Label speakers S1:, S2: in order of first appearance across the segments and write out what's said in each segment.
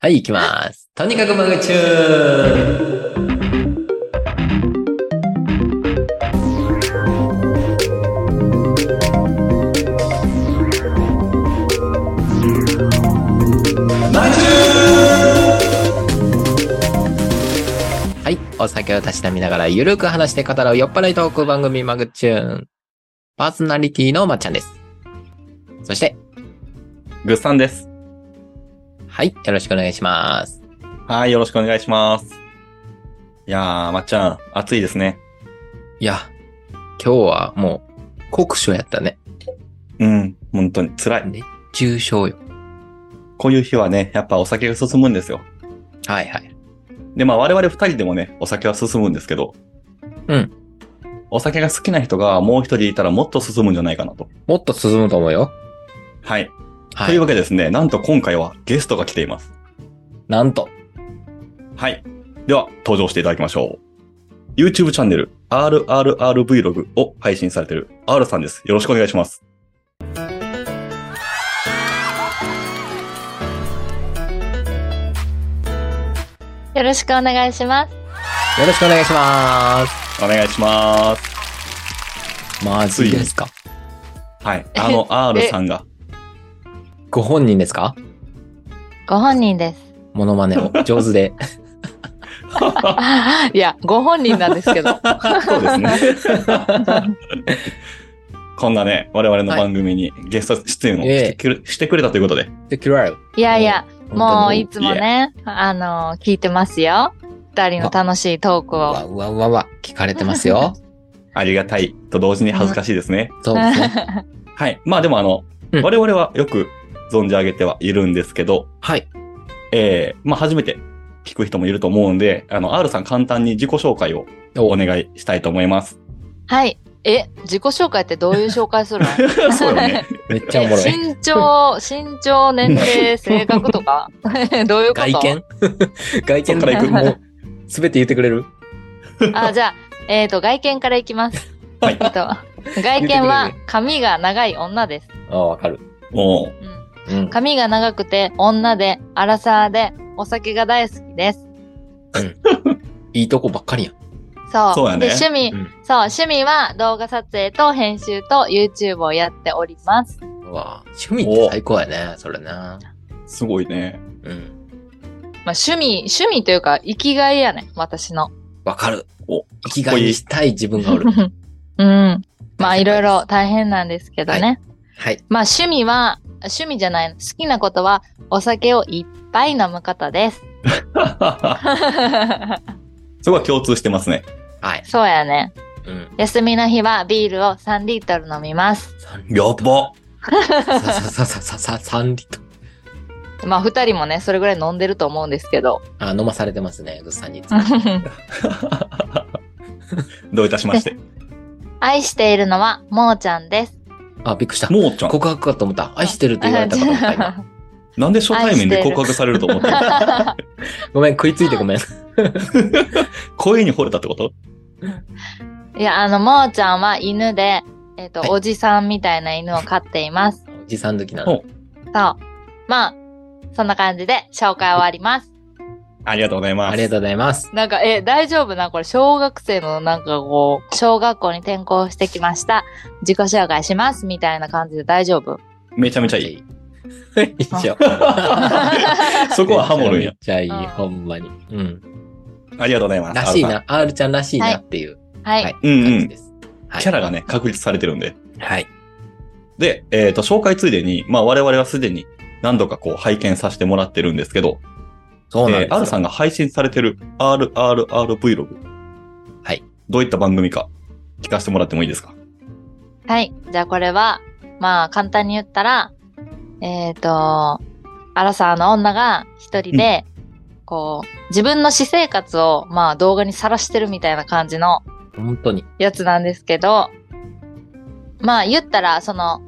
S1: はい、行きます。とにかくマグチューンはい、お酒をたしなみながらゆるく話して語らう酔っ払いトーク番組マグチューン。パーソナリティのまっちゃんです。そして、
S2: ぐっさんです。
S1: はい、よろしくお願いします。
S2: はい、よろしくお願いします。いやー、まっちゃん、暑いですね。
S1: いや、今日はもう、酷暑やったね。
S2: うん、本当に辛い。
S1: 熱中症よ。
S2: こういう日はね、やっぱお酒が進むんですよ。
S1: はいはい。
S2: で、まあ我々二人でもね、お酒は進むんですけど。
S1: うん。
S2: お酒が好きな人がもう一人いたらもっと進むんじゃないかなと。
S1: もっと進むと思うよ。
S2: はい。はい、というわけですね、なんと今回はゲストが来ています。
S1: なんと。。
S2: はい。では、登場していただきましょう。YouTube チャンネル RRRVlog を配信されている R さんです。よろしくお願いします。
S3: よろしくお願いします
S1: よろしくお願いします。
S2: お願いします。
S1: まずいですか
S2: はい。あの R さんが。
S1: ご本人ですか
S3: ご本人です。
S1: モノマネ を上手で。
S3: いや、ご本人なんですけど。
S2: そう ですね。こんなね、我々の番組にゲスト出演をしてくれ,はい、してくれたということで。
S3: いやいや、もういつもね、あの、聞いてますよ。二人の楽しいトークを。
S1: わわわわ、聞かれてます よ。
S2: ありがたいと同時に恥ずかしいですね。
S1: うん、そうですね。
S2: はい。まあでもあの、うん、我々はよく存じ上げてはいるんですけど、
S1: はい。
S2: ええー、まあ初めて聞く人もいると思うんで、あの、R さん簡単に自己紹介をお願いしたいと思い ます。
S3: はい。え、自己紹介ってどういう紹介する
S2: のそうよ ね。
S1: めっちゃおもろい。
S3: 身長、身長、年齢、性格とか どういうこと
S1: 外 見外見からいく。もう、すべて言ってくれる
S3: あ、じゃあ、えっ、ー、と、外見からいきます。
S2: はい。
S3: えっと、外見は髪が長い女です。
S1: ああ、わかる。
S2: おう。
S3: うん、髪が長くて、女で、アラサーで、お酒が大好きです。
S1: うん、いいとこばっかりやん。
S3: そう。
S2: そうやね。
S3: で、趣味、うん、そう、趣味は動画撮影と編集と YouTube をやっております。
S1: うわ趣味って最高やね、それな。
S2: すごいね。
S1: うん。
S3: まあ、趣味、趣味というか、生きがいやね、私の。
S1: わかる。お、生きがいにしたい自分がおる。
S3: うん。まあ、いろいろ大変なんですけどね。はい
S1: はい。
S3: まあ趣味は、趣味じゃない、好きなことはお酒をいっぱい飲むことです。
S2: そこは共通して ますね。
S1: はい。
S3: そうやね。
S1: うん、
S3: 休みの日はビールを3リットル飲みます。
S2: やば
S1: さささささ3リット
S3: ル。まあ2人もね、それぐらい飲んでると思うんですけど。
S1: あ、飲まされてますね、ぐっさんに。
S2: どういたしまして。
S3: 愛しているのは、もーちゃんです。
S1: あ、びっくりした。
S2: もうちゃん。
S1: 告白かと思った。愛してるって言われたかと思った。
S2: なんで初対面で告白されると思った
S1: ごめん、食いついてごめん。
S2: 声に惚れたってこと
S3: いや、あの、もうちゃんは犬で、えっ、ー、と、はい、おじさんみたいな犬を飼っています。
S1: おじさん好きなの。そう。
S3: まあ、そんな感じで紹介終わります。
S2: ありがとうございます。
S1: ありがとうございます。
S3: なんか、え、大丈夫なこれ、小学生のなんかこう、小学校に転校してきました。自己紹介します。みたいな感じで大丈夫
S2: めちゃめちゃいい。
S1: 一緒。
S2: そこはハモるんや。
S1: めちゃいい、ほんまに。うん。
S2: ありがとうございます。
S1: らしいな。R ちゃんらしいなっていう。
S3: はい。はい、
S2: うんうん。キャラがね、確立されてるんで。
S1: はい。
S2: で、えっ、と、紹介ついでに、まあ我々はすでに何度かこう拝見させてもらってるんですけど、
S1: そうなんです、えー、
S2: R さんが配信されてる RRRVlog。
S1: はい。
S2: どういった番組か聞かせてもらってもいいですか
S3: はい。じゃあこれは、まあ簡単に言ったら、えっ、ー、と、アラサーの女が一人で、うん、こう、自分の私生活を、まあ動画にさらしてるみたいな感じの、
S1: 本当に。
S3: やつなんですけど、まあ言ったら、その、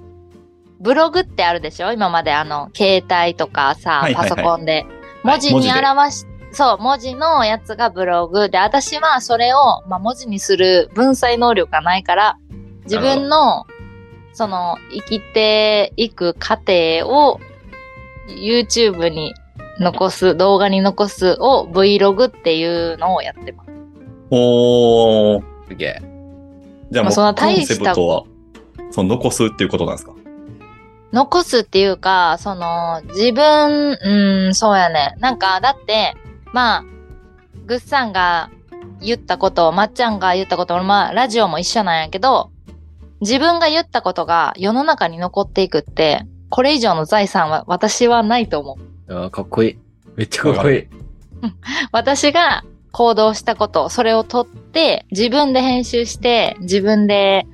S3: ブログってあるでしょ今まであの、携帯とかさ、パソコンで文字に表し、そう、文字のやつがブログで、私はそれを、まあ、文字にする文才能力がないから、自分の、その、生きていく過程を、YouTube に残す、動画に残すを Vlog っていうのをやってます。
S2: おー。
S1: すげえ。
S2: じゃあも
S3: まあ
S2: う、
S3: そんな
S2: コ
S3: 大
S2: ン
S3: し
S2: セプ
S3: た
S2: トは、その残すっていうことなんですか
S3: 残すっていうか、その、自分、うーん、そうやね。なんか、だって、まあ、ぐっさんが言ったこと、まっちゃんが言ったこと、まあ、ラジオも一緒なんやけど、自分が言ったことが世の中に残っていくって、これ以上の財産は私はないと思う。
S1: あーかっこいい。めっちゃかっこいい。
S3: 私が行動したこと、それを撮って、自分で編集して、自分で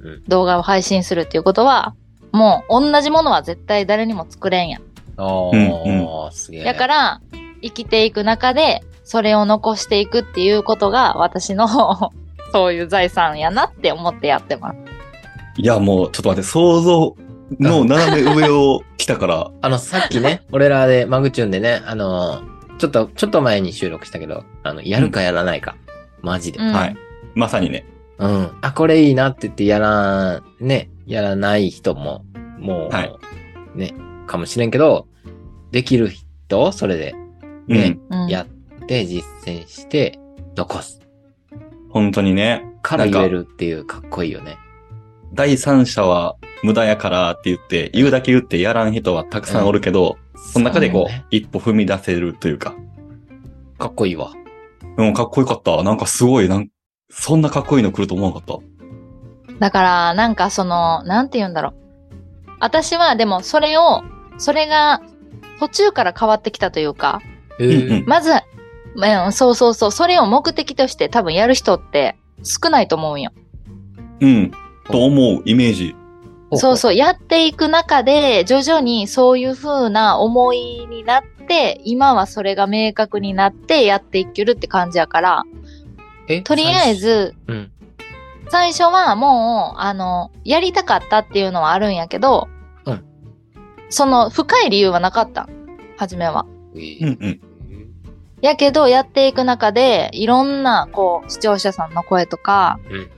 S1: うん
S3: 動画を配信するっていうことは、もう同じものは絶対誰にも作れんやん
S1: あ
S2: うん
S1: あ、すげえ。
S3: だから、生きていく中で、それを残していくっていうことが、私の、 そういう財産やなって思ってやってます。
S2: いや、もう、ちょっと待って、想像の斜め上を来たから、
S1: あの、さっき ね、俺らで、マグチューンでね、あのーちょっと、ちょっと前に収録したけど、あの、やるかやらないか。マジで。
S3: うん
S2: はい。まさにね、
S1: うん。あ、これいいなって言ってやら、ね、やらない人も、もう、
S2: はい
S1: ね、かもしれんけど、できる人、それで、
S2: うん、
S1: ね
S3: うん、
S1: やって、実践して、残す。
S2: 本当にね、
S1: から
S2: なんか
S1: 言えるっていう、かっこいいよね。
S2: 第三者は無駄やからって言って、言うだけ言ってやらん人はたくさんおるけど、その中でこう、
S1: そうね
S2: 一歩踏み出せるというか、
S1: かっこいいわ。
S2: うん、かっこよかった。なんかすごい、なんそんなかっこいいの来ると思わなかっ
S3: だから、なんかその、なんて言うんだろう。私は、でも、それを、それが、途中から変わってきたというか、
S1: う
S2: た。うん、うん。
S3: まず、うん、そうそうそう、それを目的として多分やる人って少ないと思うんよ。
S2: うん。と思うイメージ。
S3: そう
S1: う。
S3: そう、やっていく中で、徐々にそういう風な思いになって、今はそれが明確になってやっていけるって感じやから、
S1: え
S3: とりあえ。ず、
S1: 最初うん。
S3: 最初はもう、あの、やりたかったっていうのはあるんやけど、
S1: うん
S3: その、深い理由はなかった。初めは。
S2: うん、うん。
S3: やけど、やっていく中で、いろんな、こう、視聴者さんの声とか、
S1: うん。うん。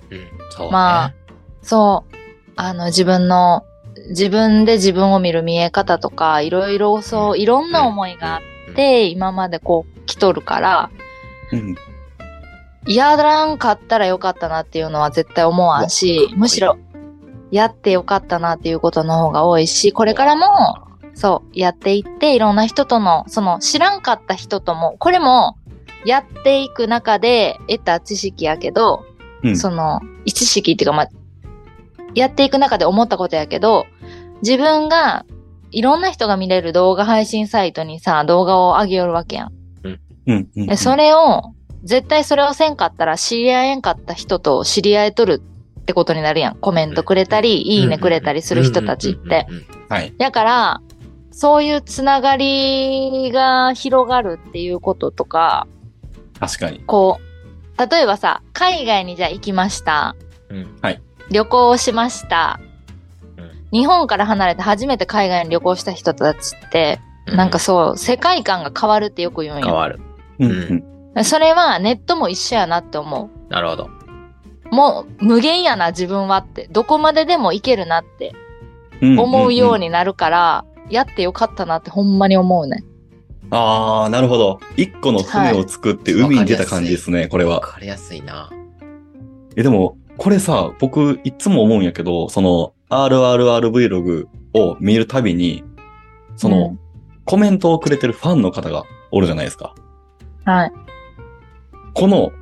S1: そう、ね。
S3: まあ、そう。あの、自分の、自分で自分を見る見え方とか、いろいろそう、いろんな思いがあって、今までこう、来とるから、
S2: うん、
S3: やらんかったらよかったなっていうのは絶対思わん
S1: うわ
S3: し
S1: かっこい、い
S3: むしろ、やってよかったなっていうことの方が多いし、これからも、そう、やっていって、いろんな人との、その、知らんかった人とも、これも、やっていく中で得た知識やけど、
S2: うん
S3: その、知識っていうか、まあ、やっていく中で思ったことやけど、自分が、いろんな人が見れる動画配信サイトにさ、動画を上げよるわけやん。
S2: うん、うん。
S3: でそ
S2: れ、
S3: れを、絶対それをせんかったら、知り合えんかった人と知り合えとるってことになるやん。コメントくれたり、いいねくれたりする人たちって。
S1: うん。うんうんうん
S2: はい。
S3: だから、そういうつながりが広がるっていうこととか、
S2: 確かに。
S3: こう、例えばさ、海外にじゃあ行きました。
S1: うん
S2: はい
S3: 旅行をしました。
S1: うん
S3: 日本から離れて初めて海外に旅行した人たちって、
S1: うん
S3: なんかそう、世界観が変わるってよく言うん
S1: 変
S3: よ。
S1: わる。
S2: うん、
S1: う
S2: うん。
S3: それはネットも一緒やなって思う。
S1: なるほど。
S3: もう無限やな自分はって、どこまででも行けるなって
S2: んんん
S3: 思うよう。になるから、やってよかったなってほんまに思うね。
S2: ああ、なるほど。一個の船を作って海に出た感じですね、これ
S1: わ
S2: は。
S1: かりやすいな。
S2: え、でも、これさ、僕、いつも思うんやけど、その、RRRVlog を見るたびに、その、
S3: うん
S2: コメントをくれてるファンの方がおるじゃないですか。
S3: はい。
S2: この、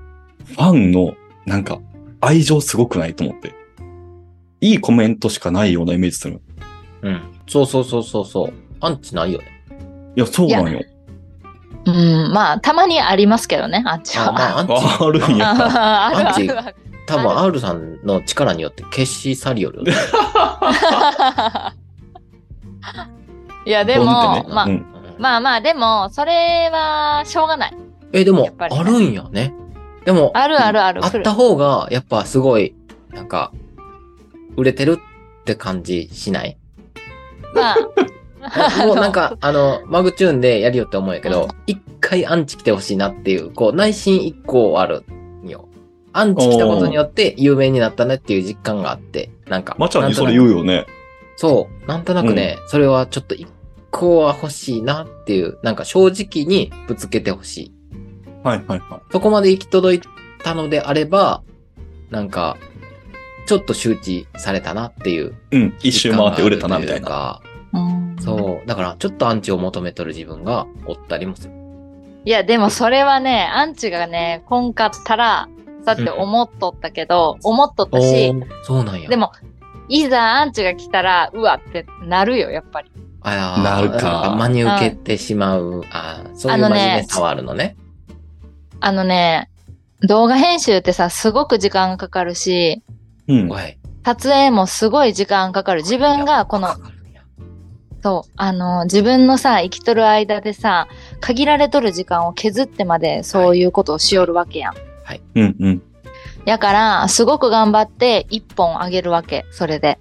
S2: ファンの、なんか、愛情すごくないと思って。いいコメントしかないようなイメージする。
S1: うん。そうそうそうそうそう。アンチないよね。
S2: いや、そうなんよ。
S3: うん、まあ、たまにありますけどね、あっち
S1: あ、
S3: は。
S1: まあ、アンチ。
S2: ああるんや
S3: あるあるある
S1: 多分 R さんの力によって消し去りよる よね。
S3: いや、でも、
S2: ポンってね
S3: まあ、
S2: うん
S3: まあまあ、でも、それは、しょうがない。
S1: え、で
S3: や
S1: も
S3: っ、ぱりね
S1: あるんやね。でも、
S3: あるあるある。
S1: あった方が、やっぱすごい、なんか、売れてるって感じしない
S3: まあ、
S1: もうなんか、あの、マグチューンでやるよって思うんやけど、一回アンチ来てほしいなっていう、こう、内心一個あるんよ。アンチ来たことによって有名になったねっていう実感があって、なんか。
S2: まちゃんにそれ
S1: なんとなく
S2: 言うよね。
S1: そう。なんとなくね、それはちょっと一個は欲しいなっていう、なんか正直にぶつけてほしい。
S2: はいはいは
S1: そこまで行き届いたのであれば、なんか、ちょっと周知されたなっていう。
S2: い。うん。一周回って売れたな、みたいな。
S1: な。
S3: うん
S1: そう。だから、ちょっとアンチを求めとる自分がおったりもする。
S3: いや、でもそれはね、アンチがね、こんかったら、だって思っとったけど、思っとったし、
S1: ーそうなんや。
S3: で、も、いざアンチが来たら、うわってなるよ、やっぱり。
S1: あー
S2: なるか
S1: ん真に受けてしまう。あーそういう
S3: あの
S1: 真
S3: ね
S1: 面目さはあるのね。
S3: あのね、動画編集ってさ、すごく時間がかかるし、
S2: うん。
S1: おい。
S3: 撮影もすごい時間かかる。自分がこの
S1: か、かるんや
S3: そう、あの、自分のさ、生きとる間でさ、限られとる時間を削ってまでそういうことをしよるわけやん。
S2: うんうん。
S3: やから、すごく頑張って一本あげるわけ、それで。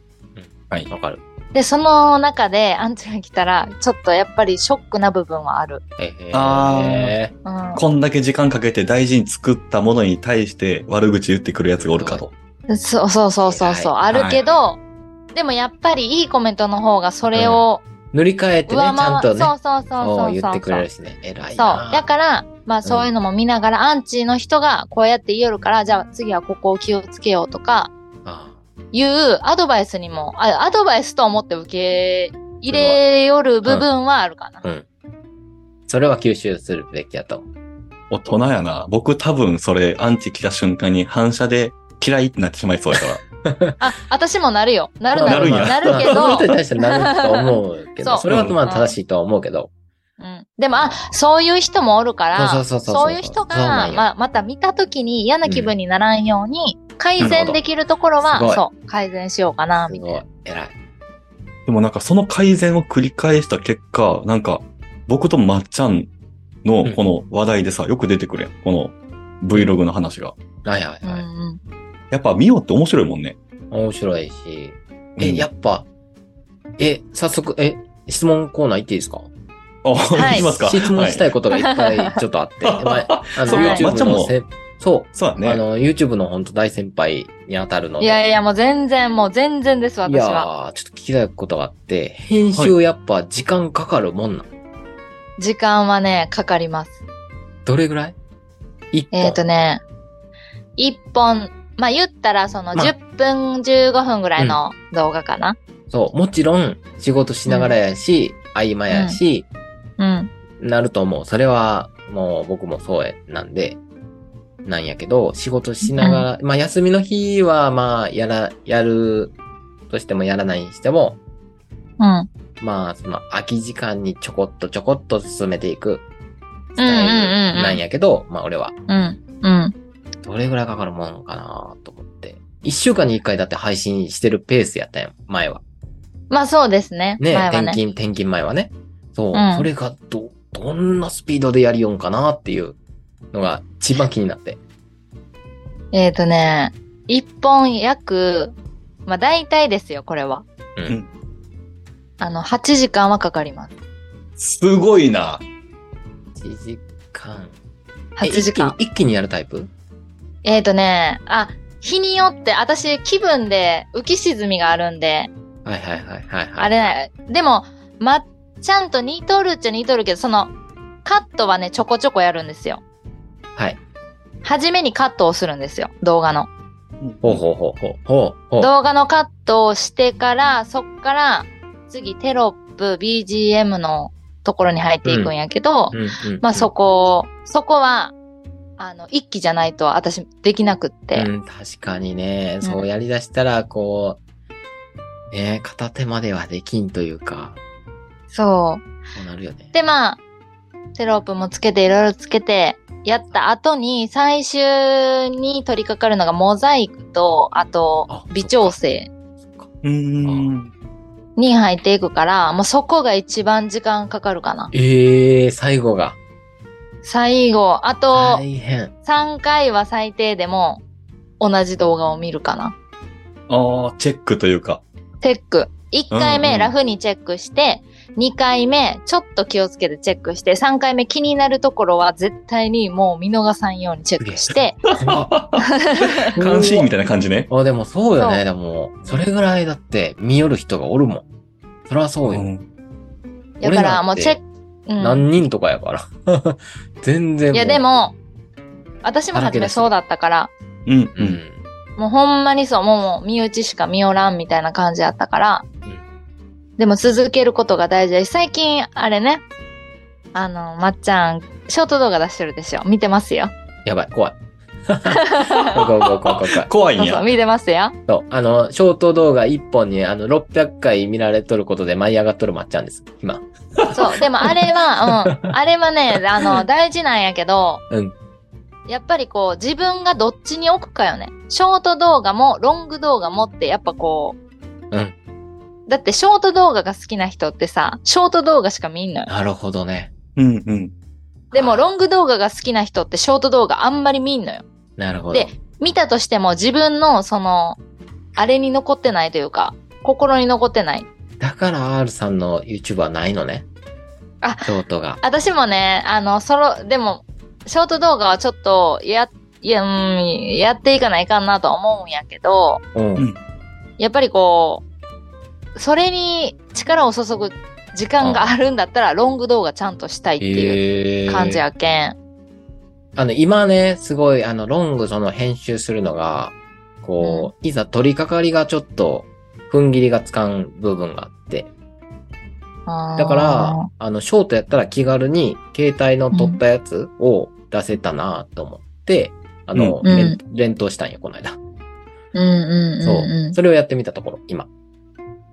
S2: はい。
S1: わかる。
S3: で、その中でアンチが来たら、ちょっとやっぱりショックな部分はある。
S1: えー、
S2: あ
S1: え
S3: うん。
S2: こんだけ時間かけて大事に作ったものに対して悪口言ってくるやつがおるかと。
S3: そうそうそうそうそう、
S1: は
S3: あ
S2: いはい
S3: るけど、でもやっぱりいいコメントの方がそれを
S1: 塗り替えてね、ち
S3: 上
S1: ゃん
S3: 回
S1: と
S3: る、
S1: ね、
S3: そうそうそうそう
S1: そ
S3: そうう
S1: 言ってくれる
S3: そ
S1: しね。偉
S3: う
S1: いな。
S3: だからまあそういうのも見ながら、アンチの人がこうやって言えるからじゃあ次はここを気をつけようとか
S1: あ
S3: いうアドバイスにもあアドバイスと思って受け入れよる部分はあるかな、
S1: うん。それは吸収するべきやと思う。
S2: 大人やな。僕多分それアンチ来た瞬間に反射で嫌いってなってしまいそうやから。
S3: あ私もなるよなる
S2: まあ
S3: なる
S2: なるんや
S3: なるけ
S1: その
S3: ど
S1: 人に対してなると思うけど、
S3: そう
S1: それはまあ正しいとは思うけど。
S3: うん、でも、あ、そういう人もおるから、
S1: そうそうそうそう
S3: いう人
S1: そうな
S3: が
S1: ん、よ
S3: まあ、また見たときに嫌な気分にならんように、改
S1: なるほ
S3: 善
S1: ど
S3: できるところ
S1: すごい
S3: は、そう、改善しようかな、
S1: す
S3: みたい
S1: ごい
S3: な。。
S1: 偉い。
S2: でもなんかその改善を繰り返した結果、なんか僕とまっちゃんのこの話題でさ、よく出てくるやん。この Vlog の話が。
S1: はいはい
S3: うん
S1: はい。
S3: うん。
S2: やっぱ見ようって面白いもんね。
S1: 面白いし。
S2: う
S1: え、
S2: ん
S1: やっぱ、え、早速、え、質問コーナー行っていいですか
S2: あ、
S3: は
S2: い
S3: い
S2: きますか。
S1: 質問した
S2: はい
S1: ことがいっぱいちょっとあって。まああの、
S3: そうか
S1: YouTube
S2: まっちゃん
S1: の
S2: も
S1: せ、そ
S2: そうだ
S1: う、あ
S2: ね。
S1: の、YouTube の本当大先輩に当たるので。
S3: いやいや、もう全然、もう全然です、
S1: い
S3: 私
S1: や
S3: は。
S1: ー、ちょっと聞きたいことがあって、編集やっぱ時間かかるもんなん。
S3: 時間はね、かかります。
S1: どれぐらい一本。
S3: えっ、とね、一本、まあ、言ったら、その、
S1: まあ
S3: 10分、15分ぐらいの動画かな。
S1: そう。もちろん、仕事しながらやし、合間やし、
S3: うん。
S1: なると思う。それは、もう僕もそうや、なんで、なんやけど、仕事しながら、まあ休みの日は、まあ、やら、やるとしてもやらないにしても、
S3: うん。
S1: まあ、その空き時間にちょこっとちょこっと進めていくス
S3: うん
S1: タイ
S3: うんうんう
S1: ル
S3: ん
S1: なんやけど、まあ俺は、
S3: うん。うん。
S1: どれぐらいかかるもんかなと思って。一週間に一回だって配信してるペースやったやん、前は。
S3: まあ、そうですね。
S1: ね、
S3: 前は
S1: 転
S3: ね。
S1: 勤、転勤前はね。そう、
S3: うん
S1: それがど、どんなスピードでやりよんかなっていうのが一番気になって。
S3: えっ、ー、とね、一本約、まあ大体ですよ、これは。
S1: うん
S3: あの、8時間はかかります。
S2: すごいな。
S1: 1時間。え
S3: 8時間。
S1: 一気に一気にやるタイプ
S3: えっ、ー、とね、あ、日によって、私、気分で浮き沈みがあるんで、
S1: はいはいはいはい、はい。
S3: あれね、でも、まっちゃんと似とるっちゃ似とるけど、その、カットはね、ちょこちょこやるんですよ。
S1: はい。
S3: 初めにカットをするんですよ、動画の。
S1: ほうほうほうほう。ほうほう。
S3: 動画のカットをしてから、そっから、次テロップ、BGM のところに入っていくんやけど、
S1: うんうん
S3: まあそこ、そこは、あの、一気じゃないと私できなくって。
S1: うん、確かにね、
S3: うん
S1: そうやりだしたら、こう、ね、片手まではできんというか、
S3: そ
S1: そうなるよね
S3: う。。で、まあ、テロップもつけていろいろつけて、やった後に最終に取り掛かるのがモザイクと、あ
S1: あ
S3: と微調整
S1: そっか
S2: うーん。
S3: に入っていくから、もうそこが一番時間かかるかな。
S1: ええー、最後が。
S3: 最後、あと、
S1: 大変。
S3: 3回は最低でも同じ動画を見るかな。
S2: ああ、チェックというか。
S3: チェック。1回
S2: うんう
S3: 目
S2: ん
S3: ラフにチェックして、2回目ちょっと気をつけてチェックして、3回目気になるところは絶対にもう見逃さんようにチェックして、
S2: 監視員みたいな感じね。
S1: あ、でもそうよ
S3: そ
S1: ね。
S3: う
S1: でも、それぐらいだって見よる人がおるもん。そりゃそうよ。
S2: うん
S3: だからもうチェック、うん。
S1: 何人とかやから。 全然。
S3: いや、で、も、私も初めそうだったから、
S2: うん、
S1: う。
S2: うんん。
S3: もうほんまにそう、もうもう身内しか見よらんみたいな感じだったから、でも続けることが大事だし、最近、あれね、あの、まっちゃん、ショート動画出してるでしょ。見てますよ。
S1: やばい、怖い。怖い怖い怖い怖い怖い怖い。
S2: 怖い
S3: そ
S2: ん
S3: うそう、
S2: や。
S3: 見てますよ。
S1: そう。あの、ショート動画1本に、あの、600回見られとることで舞い上がっとるまっちゃんです。今。
S3: そう、でもあれは、うん、あれはね、あの、大事なんやけど、
S1: うん
S3: やっぱりこう、自分がどっちに置くかよね。ショート動画も、ロング動画もって、やっぱこう、
S1: うん
S3: だって、ショート動画が好きな人ってさ、ショート動画しか見んのよ。
S1: なるほどね。
S2: うん、うん。
S3: でも、ロング動画が好きな人って、ショート動画あんまり見んのよ。
S1: なるほど。
S3: で、見たとしても、自分の、その、あれに残ってないというか、心に残ってない。
S1: だから R さんの YouTube はないのね。
S3: あ
S1: ショートが。
S3: 私もね、あの、ソロ、でも、ショート動画はちょっと、や、いや、うん、やっていかないかんなとは思うんやけど、
S1: うん。
S2: うん
S3: やっぱりこう、それに力を注ぐ時間があるんだったら、ロング動画ちゃんとしたいってい
S1: え
S3: う
S1: え
S3: 感じやけん。
S1: あの、今ね、すごい、あの、ロングその編集するのが、こう、いざ取り掛かりがちょっと、踏ん切りがつかん部分があって。だから、あの、ショートやったら気軽に、携帯の撮ったやつを出せたなと思って、あの、
S2: うん
S1: 連連投したんよ、この間。
S3: うん、うん、うん、
S1: そうう。
S3: ん。
S1: それをやってみたところ、今。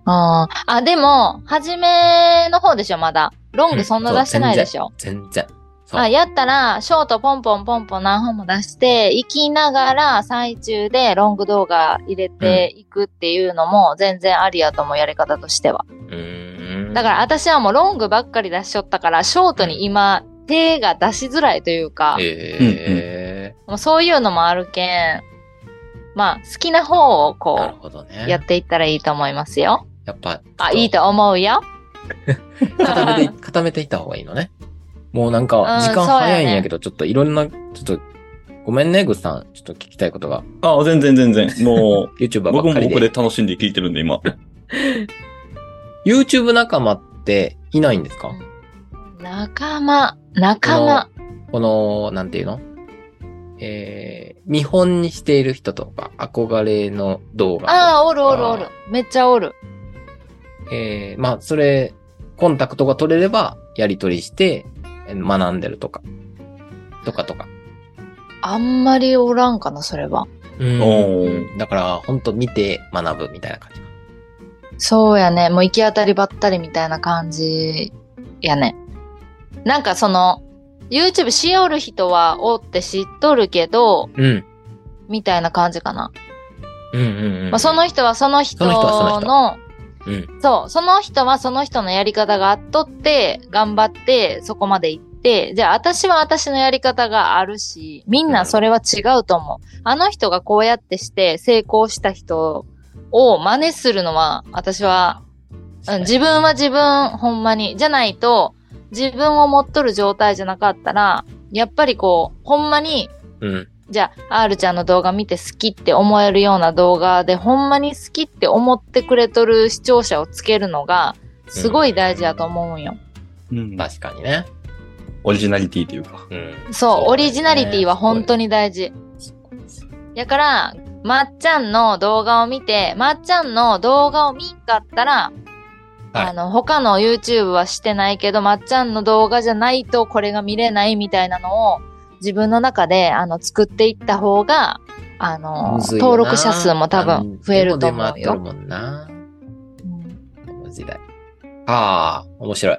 S3: あーあ、でも、初めの方でしょ、まだ。ロングそんな出してないでしょ。
S1: 全然。そう
S3: あ、やったら、ショートポンポンポンポン何本も出して、行きながら最中でロング動画入れていくっていうのも全然ありやと思う、やり方としては。
S1: うーん。
S3: だから私はもうロングばっかり出しちゃったから、ショートに今、手が出しづらいというか、
S1: ええ
S3: もうそういうのもあるけん、まあ、好きな方を
S1: なる
S3: こ
S1: ほど
S3: う、
S1: ね。
S3: やっていったらいいと思いますよ。
S1: やっぱ、
S3: あ、いいと思うよ。
S1: 固めて、固めていった方がいいのね。もうなんか
S3: うん、
S1: 時間早いんやけど、ちょっといろんな、ちょっと、ごめんね、ぐっさん。ちょっと聞きたいことが、
S2: あ、全然全然。もう、
S1: YouTuber ば
S2: 僕
S1: っか
S2: も
S1: り
S2: 僕で
S1: で。
S2: 楽しんで聞いてるんで、今。
S1: YouTube 仲間っていないんですか
S3: 仲間、仲間。
S1: この、なんていうのえー、見本にしている人とか、憧れの動画とか。
S3: ああ、おるおるおる。めっちゃおる。
S1: えー、まあ、それ、コンタクトが取れれば、やり取りして、えー学んでるとか。とかとか。
S3: あんまりおらんかな、それは。
S1: うん
S2: お
S1: だから、ほんと見て学ぶみたいな感じ。
S3: そうやね。もう行き当たりばったりみたいな感じやね。なんかその、YouTube しおる人はおって知っとるけど、
S1: うん。
S3: みたいな感じかな。
S1: うんうんうん。
S3: まあ、その人はその人
S1: その人はその人
S3: の、
S1: うん
S3: そう、その人はその人のやり方があっとって、頑張って、そこまで行って、じゃあ私は私のやり方があるし、みんなそれは違うと思う。あの人がこうやってして成功した人を真似するのは、私は、うん、自分は自分、ほんまに。じゃないと、自分を持っとる状態じゃなかったら、やっぱりこう、ほんまに
S1: うん。
S3: じゃあ、R ちゃんの動画見て好きって思えるような動画で、ほんまに好きって思ってくれとる視聴者をつけるのが、すごい大事だと思うんよ。
S2: うん
S1: 確かにね。
S2: オリジナリティというか。
S1: うん。
S3: そう、オリジナリティは本当
S1: に。
S3: に大事。
S1: すごいです
S3: やから、まっちゃんの動画を見て、まっちゃんの動画を見んかったら、
S1: はい
S3: あの、他の YouTube はしてないけど、まっちゃんの動画じゃないとこれが見れないみたいなのを、自分の中で、あの、作っていった方が、あの
S1: む、ずいよな
S3: 登録者数も多分増えると思う
S1: 何でも出回っとる
S3: よ。
S1: もんな。
S3: うん
S1: この時代。ああ、面白い。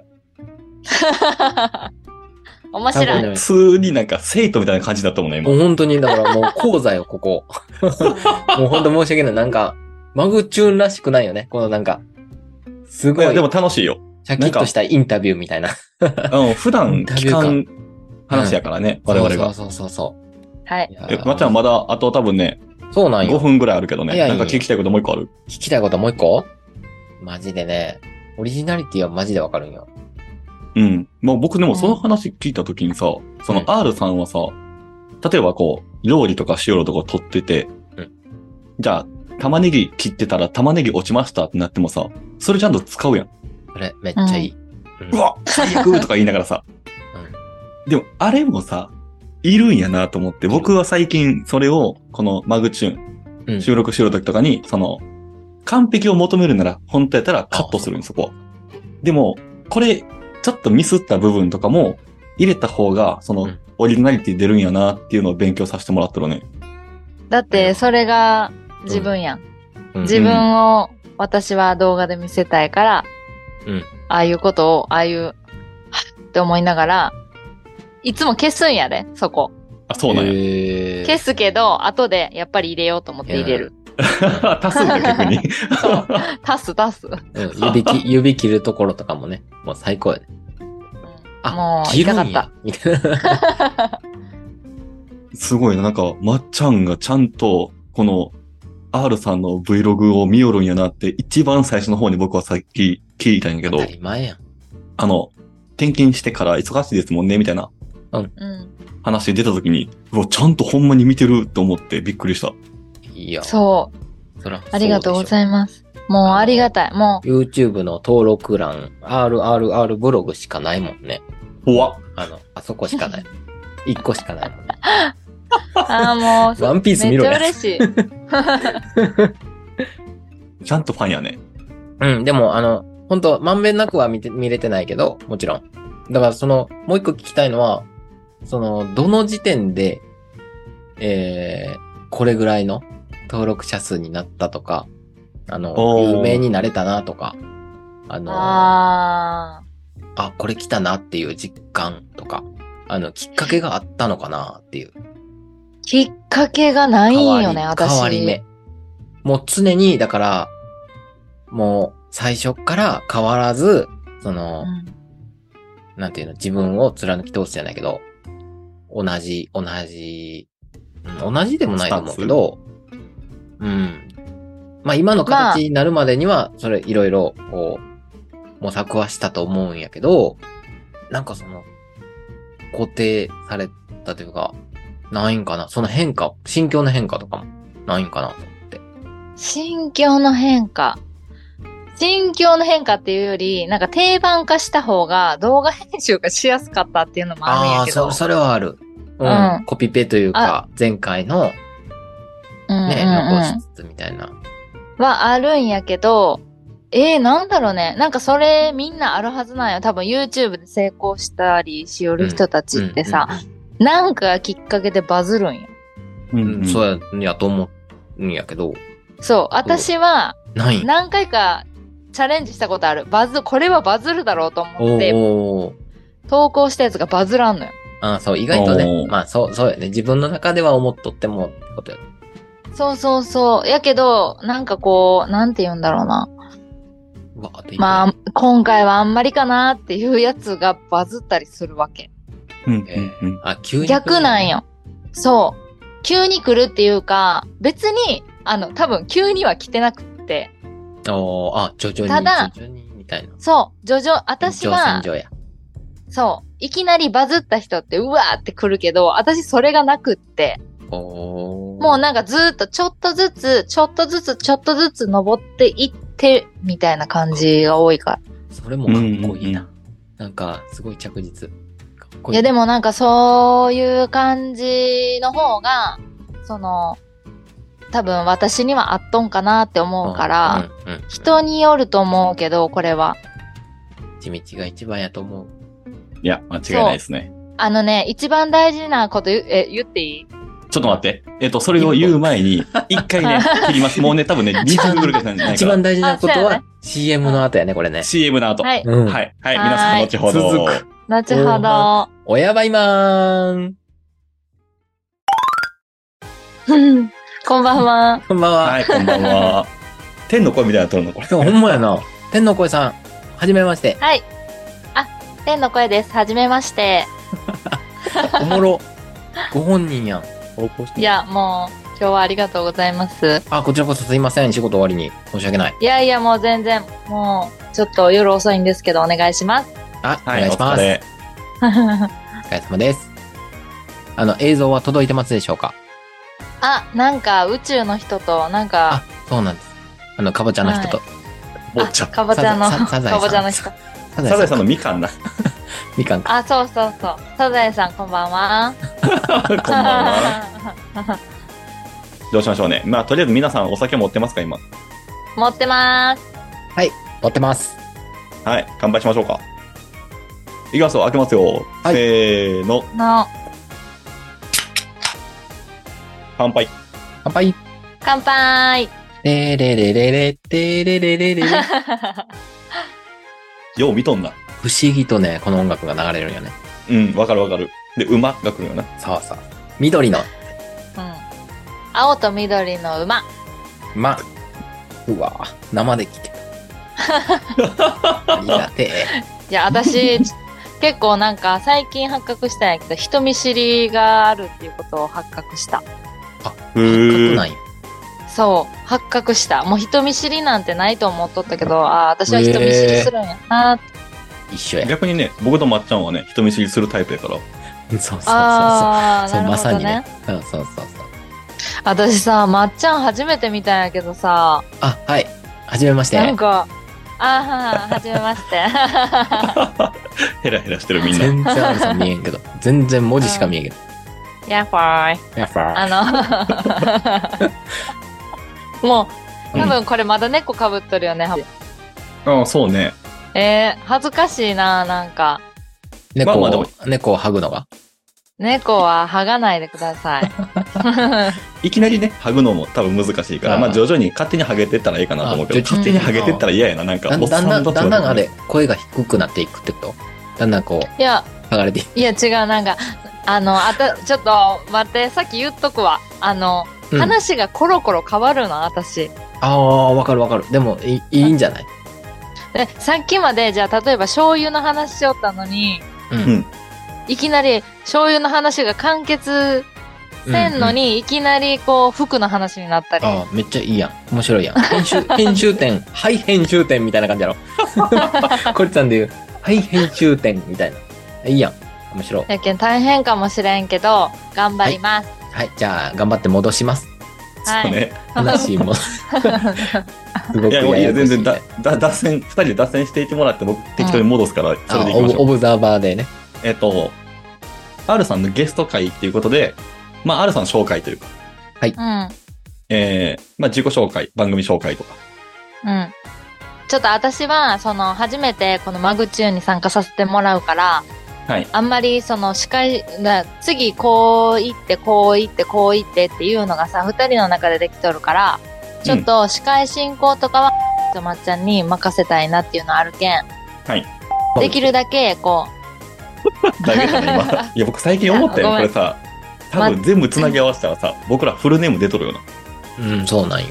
S3: 面白い。
S1: い
S2: 普通になんか生徒みたいな感じだったもんね、今
S1: も。う本当に、だから もう講座よ、ここ。もう本当申し訳ない。なんか、マグチューンらしくないよね。このなんか、すご
S2: いや
S1: い、
S2: でも楽し いよ。
S1: シャキッとしたインタビューみたいな。
S2: うん、普段聞かん話やからね、我々が。
S1: そうそうそうそ
S3: はい。
S1: う。いやー
S2: え、まっちゃんまだ、あと多分ね、
S1: そうなん
S2: 5
S1: よ。
S2: 分ぐらいあるけどね。
S1: 早い
S2: な
S1: よ
S2: んか聞きたいこともう一個ある。
S1: 聞きたいこともう一個マジでね、オリジナリティはマジでわかるんよ。
S2: うん。もう僕でもその話聞いた時にさ、その R さんはさ、例えばこう、料理とか塩とか取ってて、
S1: うん
S2: じゃあ、玉ねぎ切ってたら玉ねぎ落ちましたってなってもさ、それちゃんと使うやん。
S1: これ、めっちゃいい。うん
S2: うわ最悪とか言いながらさ。でも、あれもさ、いるんやなと思って、僕は最近それを、このマグチュー
S1: うん
S2: ン、収録しろときとかに、その、完璧を求めるなら、本当やったらカットするんです、そこは。でも、これ、ちょっとミスった部分とかも、入れた方が、そうの
S1: ん、
S2: オリジナリティ出るんやなっていうのを勉強させてもらってるね。
S3: だって、それが自分やん。
S1: うん
S3: 自分を、私は動画で見せたいから、
S1: うん
S3: ああいうことを、ああいう、はっって思いながら、いつも消すんやで、そこ。
S2: あ、そうなんや。
S1: へー
S3: 消すけど、後でやっぱり入れようと思って入れる。
S2: 足すんだ、逆に。
S3: そう。 足す足す。
S1: うん指き、指切るところとかもね、もう最高やね。あ、
S3: もう
S1: 切るんや
S3: 痛かっ
S1: みたいな。
S2: すごいな、なんか、まっちゃんがちゃんと、この、R さんの Vlog を見よるんやなって、一番最初の方に僕はさっき聞いたんやけど
S1: 当た、り前やん。
S2: あの、転勤してから忙しいですもんね、みたいな
S3: うん。
S2: 話出た時に、うわ、ちゃんとほんまに見てると思ってびっくりした。
S1: いや、そ
S3: そう。
S1: ら、
S3: ありがとうござ
S1: い
S3: います。もうありがたい。もう、
S1: ます。YouTube の登録欄、RRR ブログしかないもんね。
S2: 怖っ。
S1: あの、あそこしか ない。一個しかないもんね。
S3: ああ、もう
S1: 、ワンピース見ろ
S3: めっちゃ
S1: や。
S3: 嬉しい。
S2: ちゃんとファンやね。
S1: うん、でも、あの、本当まんべんなくは見て、見れてないけど、もちろん。だから、その、もう一個聞きたいのは、その、どの時点で、えー、これぐらいの登録者数になったとか、あの、
S2: おー
S1: 有名になれたなとか、あの、あ
S3: あ
S1: これ来たなっていう実感とか、あの、きっかけがあったのかなっていう。
S3: ー、きっかけがないん
S1: 変わ
S3: よね、
S1: り
S3: 私。
S1: 変わり目。もう常に、だから、もう最初から変わらず、その、
S3: うん
S1: なんていうの、自分を貫き通すじゃないけど、同じ、同じ、うん同じでもないと思うけど、うん。まあ今の形になるまでには、それいろいろ、こう、模索はしたと思うんやけど、なんかその、固定されたというか、ないんかなその変化、心境の変化とかも、ないんかなと思って。
S3: 心境の変化。心境の変化っていうより、なんか定番化した方が動画編集がしやすかったっていうのもあるん
S1: あ
S3: や
S1: あー、
S3: けど。
S1: そ、それはある。う
S3: うん
S1: ん。コピペというか、前回の
S3: うんうん
S1: ね、
S3: うん
S1: 残しつつみたいな。
S3: はあるんやけど、えー、なんだろうね。なんかそれみんなあるはずなんよ。多分 YouTube で成功したりしよる人たちってさ、なんかがきっかけでバズるんよ。
S2: う
S1: うん
S2: ん、
S1: そうや、やと思うんやけど、
S3: そう、私は
S1: ない。
S3: 何回かチャレンジしたことある。バズ、これはバズるだろうと思
S1: おー
S3: って、
S1: おー
S3: 投稿したやつがバズらんのよ。
S1: あーそう、意外とね
S2: お、ー
S1: まあそう、そうやね。自分の中では思っとってもってことや。
S3: そうそうそう。やけど、なんかこう、なんて言うんだろうな。
S1: うわあといいね
S3: まあ、今回はあんまりかなっていうやつがバズったりするわけ。
S2: うん、うん、うん。
S1: あ、急に。
S3: 逆なん。よ。そう。急に来るっていうか、別に、あの、多分急には来てなくって。
S1: おーあ、徐々に。
S3: ただ
S1: 徐々に、みたいな。
S3: そう。徐々、私は
S1: 挑戦、状や。
S3: そう。いきなりバズった人って、うわーって来るけど、私それがなくって。
S1: おー
S3: もうなんかずーっとちょっとずつ、ちょっとずつ、ちょっとずつ登っていって、みたいな感じが多いから。
S1: それもかっこいい
S2: うん
S1: な。なんか、すごい着実。かっこ
S3: い
S1: いい。
S3: やでもなんかそういう感じの方が、その、多分私にはあっとんかなって思うから、
S1: うん、うん、うん
S3: 人によると思うけど、これは。
S1: 地道が一番やと思う。
S2: いや、間違いないですね。
S3: あのね、一番大事なこと言うえ言っていい
S2: ちょっと待って。えっと、それを言う前に、一回 ね、切ります。もうね、多分ね、2分ぐらいじゃない
S1: 一
S2: か
S1: 番
S2: ら。
S1: 大事なこと
S3: あそうや
S1: は
S3: ね、
S1: CM の後やね、これね。
S2: CM の後。は、
S3: はいい。
S1: うん。。
S2: はいい、皆さん後ほど。
S1: 続く
S3: 後ほど。
S1: 親ばいまーん。
S3: こんばんは。
S1: こんばんは。
S2: はい、こんばんは。天の声みたいなの撮るのこれ。
S1: でもほんまやな。天の声さん、はじめま して。
S3: はい。あ、天の声です。はじめまして。
S1: おもろ。ご本人やん。投稿して
S3: いや、もう、今日はありがとうございます。
S1: あ、こちらこそすいません。仕事終わりに。申し訳ない。
S3: いやいや、もう全然、もう、ちょっと夜遅いんですけど、お願いします。
S1: あ、
S2: は
S1: お願
S2: い、
S1: い
S2: お
S1: しま
S2: 疲
S1: す。お
S2: れ。
S1: 疲れ様です。あの、映像は届いてますでしょうか
S3: あ、なんか宇宙の人と、なんか
S1: あ、そうなんです。あの、かぼちゃの人と。
S2: 坊ちゃん。
S3: かぼちゃの、
S1: サザサザエさん
S3: かぼちゃの人。
S1: サ
S2: サザエさん
S1: の
S2: のみかん だ。
S1: みかんか。
S3: あ、そうそうそう。サザエさんこんばんは。
S2: こんばんは。どうしましょうね。まあ、とりあえず皆さんお酒持ってますか、今。
S3: 持ってます。
S1: 持ってます。
S2: はい。乾杯しましょうか。いきますよ。開けますよ。
S1: はい
S2: せーの。
S3: の、
S2: 乾杯。
S1: 乾杯。
S3: 乾杯。
S1: レレレレレ、テレレレレレ。
S2: よう見とんな。
S1: 不思議とね、この音楽が流れるんよね。
S2: うん、わかるわかる。で、馬が来るよな。
S1: そうそう。緑の、
S3: うん。青と緑の馬。
S1: ま。うわ生で来てた。ありがてえ。
S3: いや、 私、結構なんか最近発覚したんやけど、人見知りがあるっていうことを発覚した。
S2: へ
S1: 書く
S2: ー
S1: ない。
S3: そう、発覚した。もう人見知りなんてないと思っとったけど、ああ、私は人見知りするんやなーって。
S1: 一緒や。
S2: 逆にね、僕とまっちゃんはね、人見知りするタイプやから。
S1: そうそうそうそう。
S3: ああ、
S1: そう、
S3: なる
S1: ま
S3: ほ
S1: さ
S3: ど
S1: に
S3: ね
S1: ね。。うん、そうそうそう。
S3: 私さ、まっちゃん初めて見たんやけどさ、
S1: あ、はい。はじめまして。
S3: なんか、ああ、はじめまして。
S2: ヘラヘラしてるみんな。
S1: 全然あるさん見えんけ ど。全然文字しか見えんけど。
S3: やっばい。
S1: やっぱ。
S3: あの、もう、
S2: うん
S3: 多分これまだ猫かぶっとるよね。
S2: ああ、そうね。
S3: えー、恥ずかしいな、なんか。
S1: 猫を、
S2: まあまあでも
S1: 猫を剥ぐのが。
S3: 猫は剥がないでください。
S2: いきなりね、ハグのも多分難しいから、
S1: ああ
S2: まあ徐々に勝手にハゲてったらいいかなと思うけど、
S1: あ徐
S2: 勝
S1: 々
S2: 手
S1: に
S2: にハゲてったら嫌やな、なんか
S1: だ、ん
S2: おっ
S1: だ
S2: さ
S1: んだん、
S2: ん
S1: だ
S2: だ
S1: ん
S2: と。
S1: だんあれ、声が低くなっていくってことだんだんこう、
S3: いや、
S1: 剥がれていく。
S3: いや、違う、なんか、あの、あた、ちょっと、待って、さっき言っとくわ。あの、
S1: うん
S3: 話がコロコロ変わるの、私。
S1: ああ、わかるわかる。でも、いいいんじゃない
S3: で、さっきまで、じゃあ、例えば醤油の話しよったのに、
S1: うん。
S3: いきなり醤油の話が完結せんのに、いきなり、こう、服の話になったり。
S1: ああ、めっちゃいいやん。面白いやん。編集、編集点、はい編集点みたいな感じやろ。 これさんで言う、はい編集点みたいな。いいやん。面白い。
S3: やけん大変かもしれんけど、頑張ります。
S1: はい、じゃあ、頑張って戻し ます。
S3: はい。
S2: そうね。
S1: 話も、すご
S2: い
S1: く
S2: や、もういい
S1: やや
S2: よ
S1: こしい
S2: 全然だ、だ、脱線、二人で脱線していってもらって、僕適当に戻すから、それ
S1: あ
S2: でいき
S1: オ
S2: まし
S1: ブ
S2: ょ
S1: オ
S2: う。
S1: ブザーバーでね。
S2: えっと、R さんのゲスト会っていうことで、まあ、R さんの紹介というか、
S3: うん。
S2: えー、まあ、自己紹介、番組紹介 とか。
S3: うん。ちょっと私は、その、初めてこのマグチューンに参加させてもらうから、
S2: はい。
S3: あんまりその司会、な次こう行って、こう行って、こう行ってっていうのがさ、二人の中でできとるから、ちょっと司会進行とかは、とまっちゃんに任せたいなっていうのあるけん。
S2: はい。
S3: できるだけ、こ
S2: 投げたね、今。いや、僕最近思ったよ、
S3: ご
S2: こ
S3: めん
S2: れさ。多分全部繋ぎ合わせたらさ、僕らフルネーム出とるよな。
S1: うん、そうなんよ。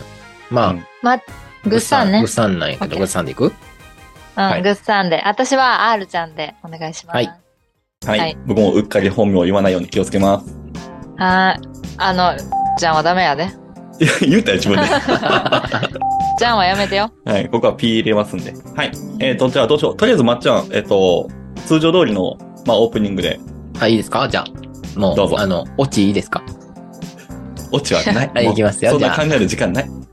S1: まあ、
S2: うん
S3: う、ぐっさんね
S1: ぐっ。さんなんやけど、
S3: OK
S1: ぐっさんでいく
S2: は
S3: う
S2: い
S3: ん、ぐっさんで。私は R ちゃんでお願いしま
S1: は
S3: す。はいい。
S2: はい。
S3: はい
S2: 僕もうっかり本名を言わないように気をつけます。
S3: はーい。あの、ちゃんはダメやで。
S2: いや、言うたよ、自分で。
S3: ちゃんはやめてよ。
S2: はい、ここは P 入れますんで。はい。えっ、と、じゃあどうしよう。とりあえず、まっちゃん、えっ、と、通常通りの、まあ、オープニングで、
S1: はい、いいですかじゃあ、も
S2: どうぞ
S1: う、あの、オチいいですか
S2: オチはない
S1: 。はい
S2: もう
S1: いきますよ
S2: そんな
S1: じゃ
S2: 考える時間ない。